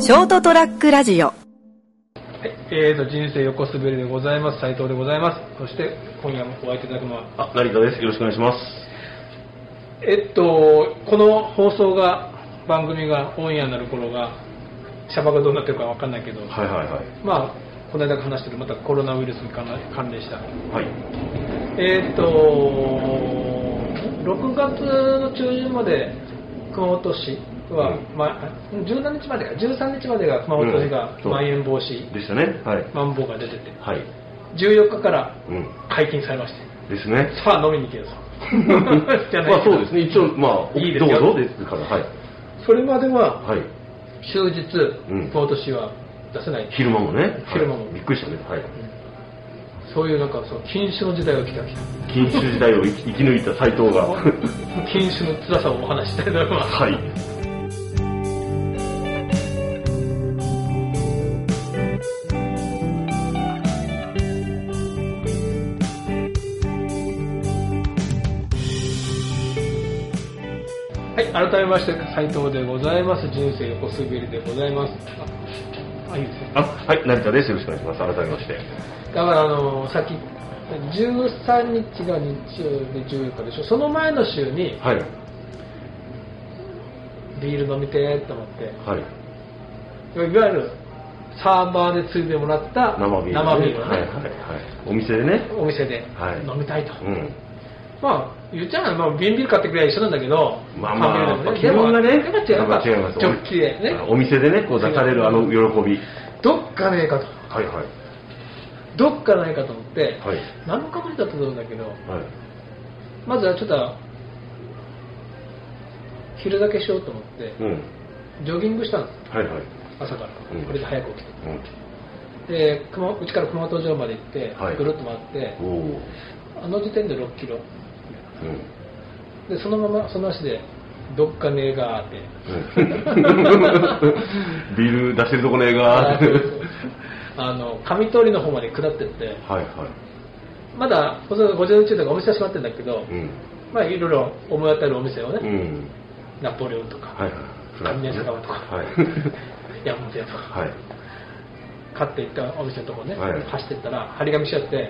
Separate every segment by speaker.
Speaker 1: ショートトラックラジオ
Speaker 2: はい、えーと、人生横滑りでございます。斉藤でございます。そして、今夜もお会いいただくのは、
Speaker 3: あ、成田です。よろしくお願いします。
Speaker 2: えっと、この放送が、番組がオンエアになる頃が、シャバがどうなってるかわかんないけど、
Speaker 3: はいはいはい。
Speaker 2: まあ、この間話してる、またコロナウイルスに関関連した。
Speaker 3: はい。
Speaker 2: えっと、6月の中旬まで熊本市は、
Speaker 3: う
Speaker 2: まあ、17日までか、13日までが熊本市が
Speaker 3: うんそう
Speaker 2: まん延防止、
Speaker 3: でしたね。はい。
Speaker 2: まん防が出てて、
Speaker 3: はい。
Speaker 2: 14日から
Speaker 3: うん。
Speaker 2: 解禁されまして。
Speaker 3: ですね。
Speaker 2: さあ飲みに行けよとじゃない
Speaker 3: まあそうですね。一応、まあ、
Speaker 2: いいですよ
Speaker 3: どうぞですから、はい。
Speaker 2: それまでは
Speaker 3: はい。
Speaker 2: 終日
Speaker 3: うん
Speaker 2: 熊本市は出せない、
Speaker 3: 昼間もね。
Speaker 2: 昼間も
Speaker 3: はいびっくりしたね。はい。
Speaker 2: そういうなんかその禁酒の時代が来たわけだ
Speaker 3: 禁酒時代を生き生き抜いた斎藤が。
Speaker 2: 禁酒の辛さをお話ししたいと思います
Speaker 3: はい。
Speaker 2: はい改めまして斉藤でございます人生横滑りでございますああいいですね
Speaker 3: あ、はい、成田です。よろしくお願いします。改めまして。
Speaker 2: だからあのさっき13日が日曜日14日でしょその前の週に
Speaker 3: はい。
Speaker 2: ビール飲みてーと思って
Speaker 3: はい。
Speaker 2: いわゆるサーバーでついでもらった
Speaker 3: 生ビールね。
Speaker 2: 生ビールを
Speaker 3: はいはい
Speaker 2: ね
Speaker 3: はい。お店でね。
Speaker 2: お店で
Speaker 3: はい
Speaker 2: 飲みたいと、
Speaker 3: うん。
Speaker 2: まあ言っちゃうのは、まあ、ビンビール買ってくれば一緒なんだけど
Speaker 3: まあまあ、や
Speaker 2: 缶
Speaker 3: っぱ
Speaker 2: ビ
Speaker 3: 気
Speaker 2: ールでも
Speaker 3: 分がね、
Speaker 2: でもやっぱ違う
Speaker 3: やっぱ違い
Speaker 2: や
Speaker 3: ま
Speaker 2: っ
Speaker 3: す。
Speaker 2: ぱジョッキでね
Speaker 3: お店でね、こう出されるあの喜び。
Speaker 2: どっかねえかと
Speaker 3: はいはい。
Speaker 2: どっかないかと思って、
Speaker 3: はい。
Speaker 2: 7日ぶりだったと思うんだけど
Speaker 3: はい。
Speaker 2: まずはちょっと昼だけしようと思って
Speaker 3: うん。
Speaker 2: ジョギングしたんで
Speaker 3: はいはい。
Speaker 2: す朝から
Speaker 3: うん
Speaker 2: これで早く起きて
Speaker 3: うん。
Speaker 2: で熊うちから熊本城まで行って、
Speaker 3: はい
Speaker 2: ぐるっと回って
Speaker 3: おお。
Speaker 2: あの時点で6キロ
Speaker 3: うん。
Speaker 2: でそのままその足でどっかねえがーって
Speaker 3: うん。ビール出してるとこねえが。
Speaker 2: あ
Speaker 3: は
Speaker 2: そ
Speaker 3: いう
Speaker 2: そうあの上通りの方まで下ってって
Speaker 3: は
Speaker 2: まだ午前中とかお店は閉まってるんだけど、
Speaker 3: い。うん。
Speaker 2: まあいろいろ思い当たるお店をね、
Speaker 3: うん。
Speaker 2: ナポレオンとか、
Speaker 3: はいはい。
Speaker 2: 雷坂とか
Speaker 3: はい。
Speaker 2: 山本屋とか、
Speaker 3: はい。
Speaker 2: 買っていったお店のとこね、
Speaker 3: はい
Speaker 2: 走ってったら、張り紙しちゃって、
Speaker 3: はい。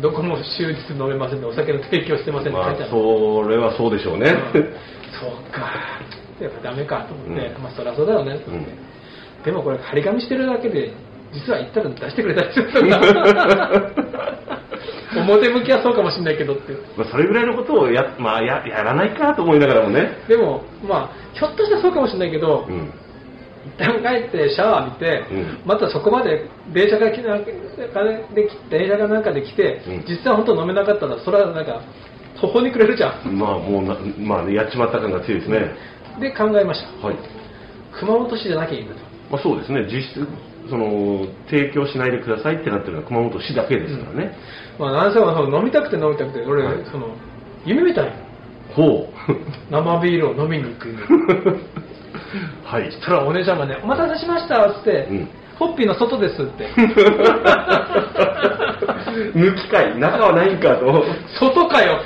Speaker 2: どこも終日飲めませんで、お酒の提供してませんって
Speaker 3: ま
Speaker 2: 書い
Speaker 3: あ
Speaker 2: てあ、る、
Speaker 3: それはそうでしょうね。
Speaker 2: うんそうか、やっぱダメかと思って、
Speaker 3: うん
Speaker 2: まあそりゃそうだよね、
Speaker 3: うん。
Speaker 2: でもこれ、張り紙してるだけで、実は行ったら出してくれたりするん だ表向きはそうかもしれないけどって。
Speaker 3: まあ、それぐらいのことをや、まあ、や、やらないかと思いながらもね。
Speaker 2: でも、まあ、ひょっとしたらそうかもしれないけど、
Speaker 3: うん。
Speaker 2: 一旦帰ってシャワー浴びて、
Speaker 3: うん
Speaker 2: またそこまで電車が来なで電車がなんかで来て、
Speaker 3: うん
Speaker 2: 実は本当飲めなかったらそれはなんか途方に暮れるじゃん
Speaker 3: まあ、もうな、まあね、やっちまった感が強いですね。
Speaker 2: で考えました
Speaker 3: はい。
Speaker 2: 熊本市じゃなきゃいいんだと
Speaker 3: まあ、そうですね、実質、その、提供しないでくださいってなってるのは熊本市だけですからね。
Speaker 2: まあなんせはその飲みたくて飲みたくて俺、
Speaker 3: はい
Speaker 2: その夢みたいよ
Speaker 3: ほう。
Speaker 2: 生ビールを飲みに行く
Speaker 3: はい。
Speaker 2: そしたらお姉ちゃんがね「お待たせしました」っつって、
Speaker 3: うん
Speaker 2: ホッピーの外です」って
Speaker 3: 抜きかい、中はないんかと。
Speaker 2: 外か よ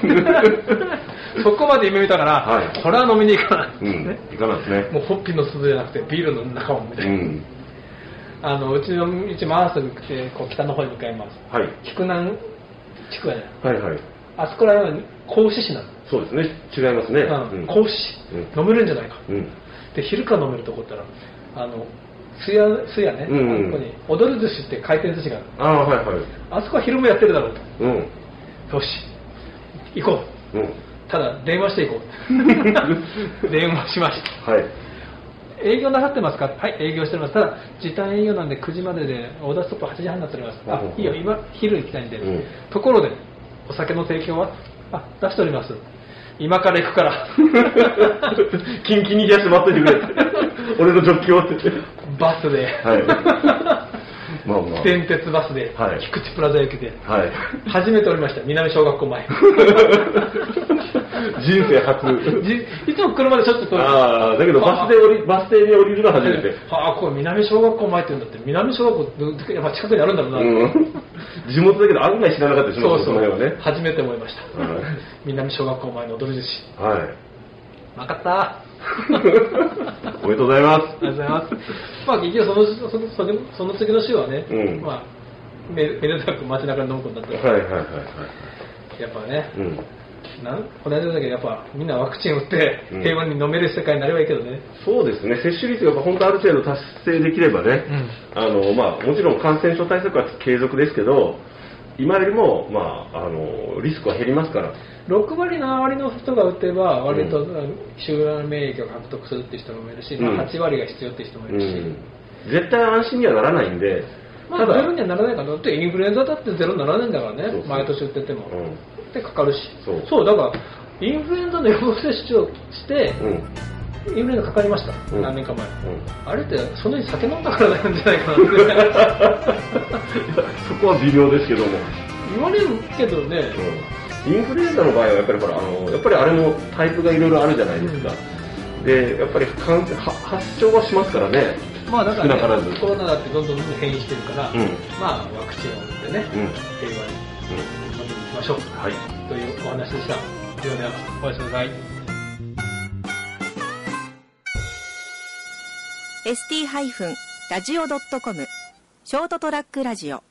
Speaker 2: そこまで夢見たから、
Speaker 3: はい
Speaker 2: これは飲みに行かないっつって
Speaker 3: う
Speaker 2: ね、
Speaker 3: ん、いかないですね。
Speaker 2: もうホッピーの外じゃなくてビールの中をみた
Speaker 3: う。
Speaker 2: いな、うんあのうちの道回すぐ来てこう北の方に向かいます
Speaker 3: はい。
Speaker 2: 菊南地区やね
Speaker 3: はいはい。
Speaker 2: あそこら辺は甲子市な
Speaker 3: そうですね、違いますね。
Speaker 2: の、うん
Speaker 3: うん
Speaker 2: 甲子市、
Speaker 3: う
Speaker 2: 飲めるんじゃないか
Speaker 3: うん。
Speaker 2: で昼から飲めるとこったらあのすやすやね、
Speaker 3: うんうん
Speaker 2: あそこに踊る寿司って回転寿司がある
Speaker 3: ああ、はいはい。
Speaker 2: あそこは昼もやってるだろう
Speaker 3: うん。
Speaker 2: とよし行こ
Speaker 3: うん。
Speaker 2: うただ電話して行こ う電話しました
Speaker 3: はい。
Speaker 2: 営業なさってますかはい、営業しております。ただ、時短営業なんで9時までで、オーダーストップ8時半になっております。あ
Speaker 3: ほうほうほ、う
Speaker 2: いいよ、今、昼行きたいんで。
Speaker 3: うん
Speaker 2: ところで、お酒の提供はあ、出しております。今から行く から。
Speaker 3: キンキンに冷やして待っといてく れ。俺のジョッキをって。
Speaker 2: バスで、
Speaker 3: はい。まあまあ。
Speaker 2: 電鉄バスで、
Speaker 3: はい
Speaker 2: 菊池プラザ行きで、
Speaker 3: はい。
Speaker 2: 初めておりました、南小学校 前。
Speaker 3: 人生初。
Speaker 2: じいつも車でちょっと通る。
Speaker 3: ああ、だけどバスで降り、バス停に降りるのは初めて。
Speaker 2: ああ、これ南小学校前って言うんだって、南小学校ど、やっぱ近くにあるんだろうな。
Speaker 3: うん。地元だけど案外知らなかったですね、
Speaker 2: そうそ
Speaker 3: の辺は
Speaker 2: う、
Speaker 3: ね。
Speaker 2: 初めて思いました
Speaker 3: はい。
Speaker 2: 南小学校前の踊り寿司。
Speaker 3: はい。
Speaker 2: 分か った。
Speaker 3: おめでとうございま
Speaker 2: ありがとうございます。まあ、結局そのそのその次の週はね、
Speaker 3: うん
Speaker 2: まあ、めめでたく街中で飲むことになっ
Speaker 3: す。
Speaker 2: た
Speaker 3: は
Speaker 2: か
Speaker 3: い
Speaker 2: ら、
Speaker 3: はいはいはい。
Speaker 2: やっぱね、
Speaker 3: うん。
Speaker 2: なんこの間だけど、やっぱみんなワクチン打って
Speaker 3: うん
Speaker 2: 平和に飲める世界になればいいけどね。
Speaker 3: そうですね、接種率が本当ある程度達成できればね、
Speaker 2: ん
Speaker 3: あのまあ、もちろん感染症対策は継続ですけど、今よりも、まあ、あのリスクは減りますから、
Speaker 2: 6割、7割の人が打てば、割と
Speaker 3: う
Speaker 2: 集団免疫を獲得するって人もいるし、
Speaker 3: うん
Speaker 2: まあ8割が必要って人もいうるし、
Speaker 3: ん、絶対安心にはならないんで、
Speaker 2: まあ、
Speaker 3: た
Speaker 2: ゼ
Speaker 3: だ、
Speaker 2: ロにはならないかな、だってインフルエンザだってゼロにならないんだからね、
Speaker 3: そうそう
Speaker 2: 毎年打ってても。
Speaker 3: うん
Speaker 2: で、かかるし、
Speaker 3: そう
Speaker 2: だから、インフルエンザの予防接種をして、
Speaker 3: うん
Speaker 2: インフルエンザかかりました、
Speaker 3: うん
Speaker 2: 何年か前。
Speaker 3: うん、
Speaker 2: あれって、その日酒飲んだからなんじゃないかなって
Speaker 3: そこは微妙ですけども、
Speaker 2: 言われるけどね、
Speaker 3: うん、インフルエンザの場合はやっぱりほらあの、やっぱりあれもタイプがいろいろあるじゃないですか、でやっぱり感染は発症はしますからね、
Speaker 2: まあだから,、ね、
Speaker 3: 少なからず
Speaker 2: コロナだってどんどんどんどん変異してるから、
Speaker 3: うん、うん、
Speaker 2: まあワクチンを打ってね、
Speaker 3: うん、
Speaker 2: 平和に飲みに行きましょう
Speaker 3: はい。
Speaker 2: というお話でした。ではでは、おやすみなさい。
Speaker 1: ST-radio.com ショートトラックラジオ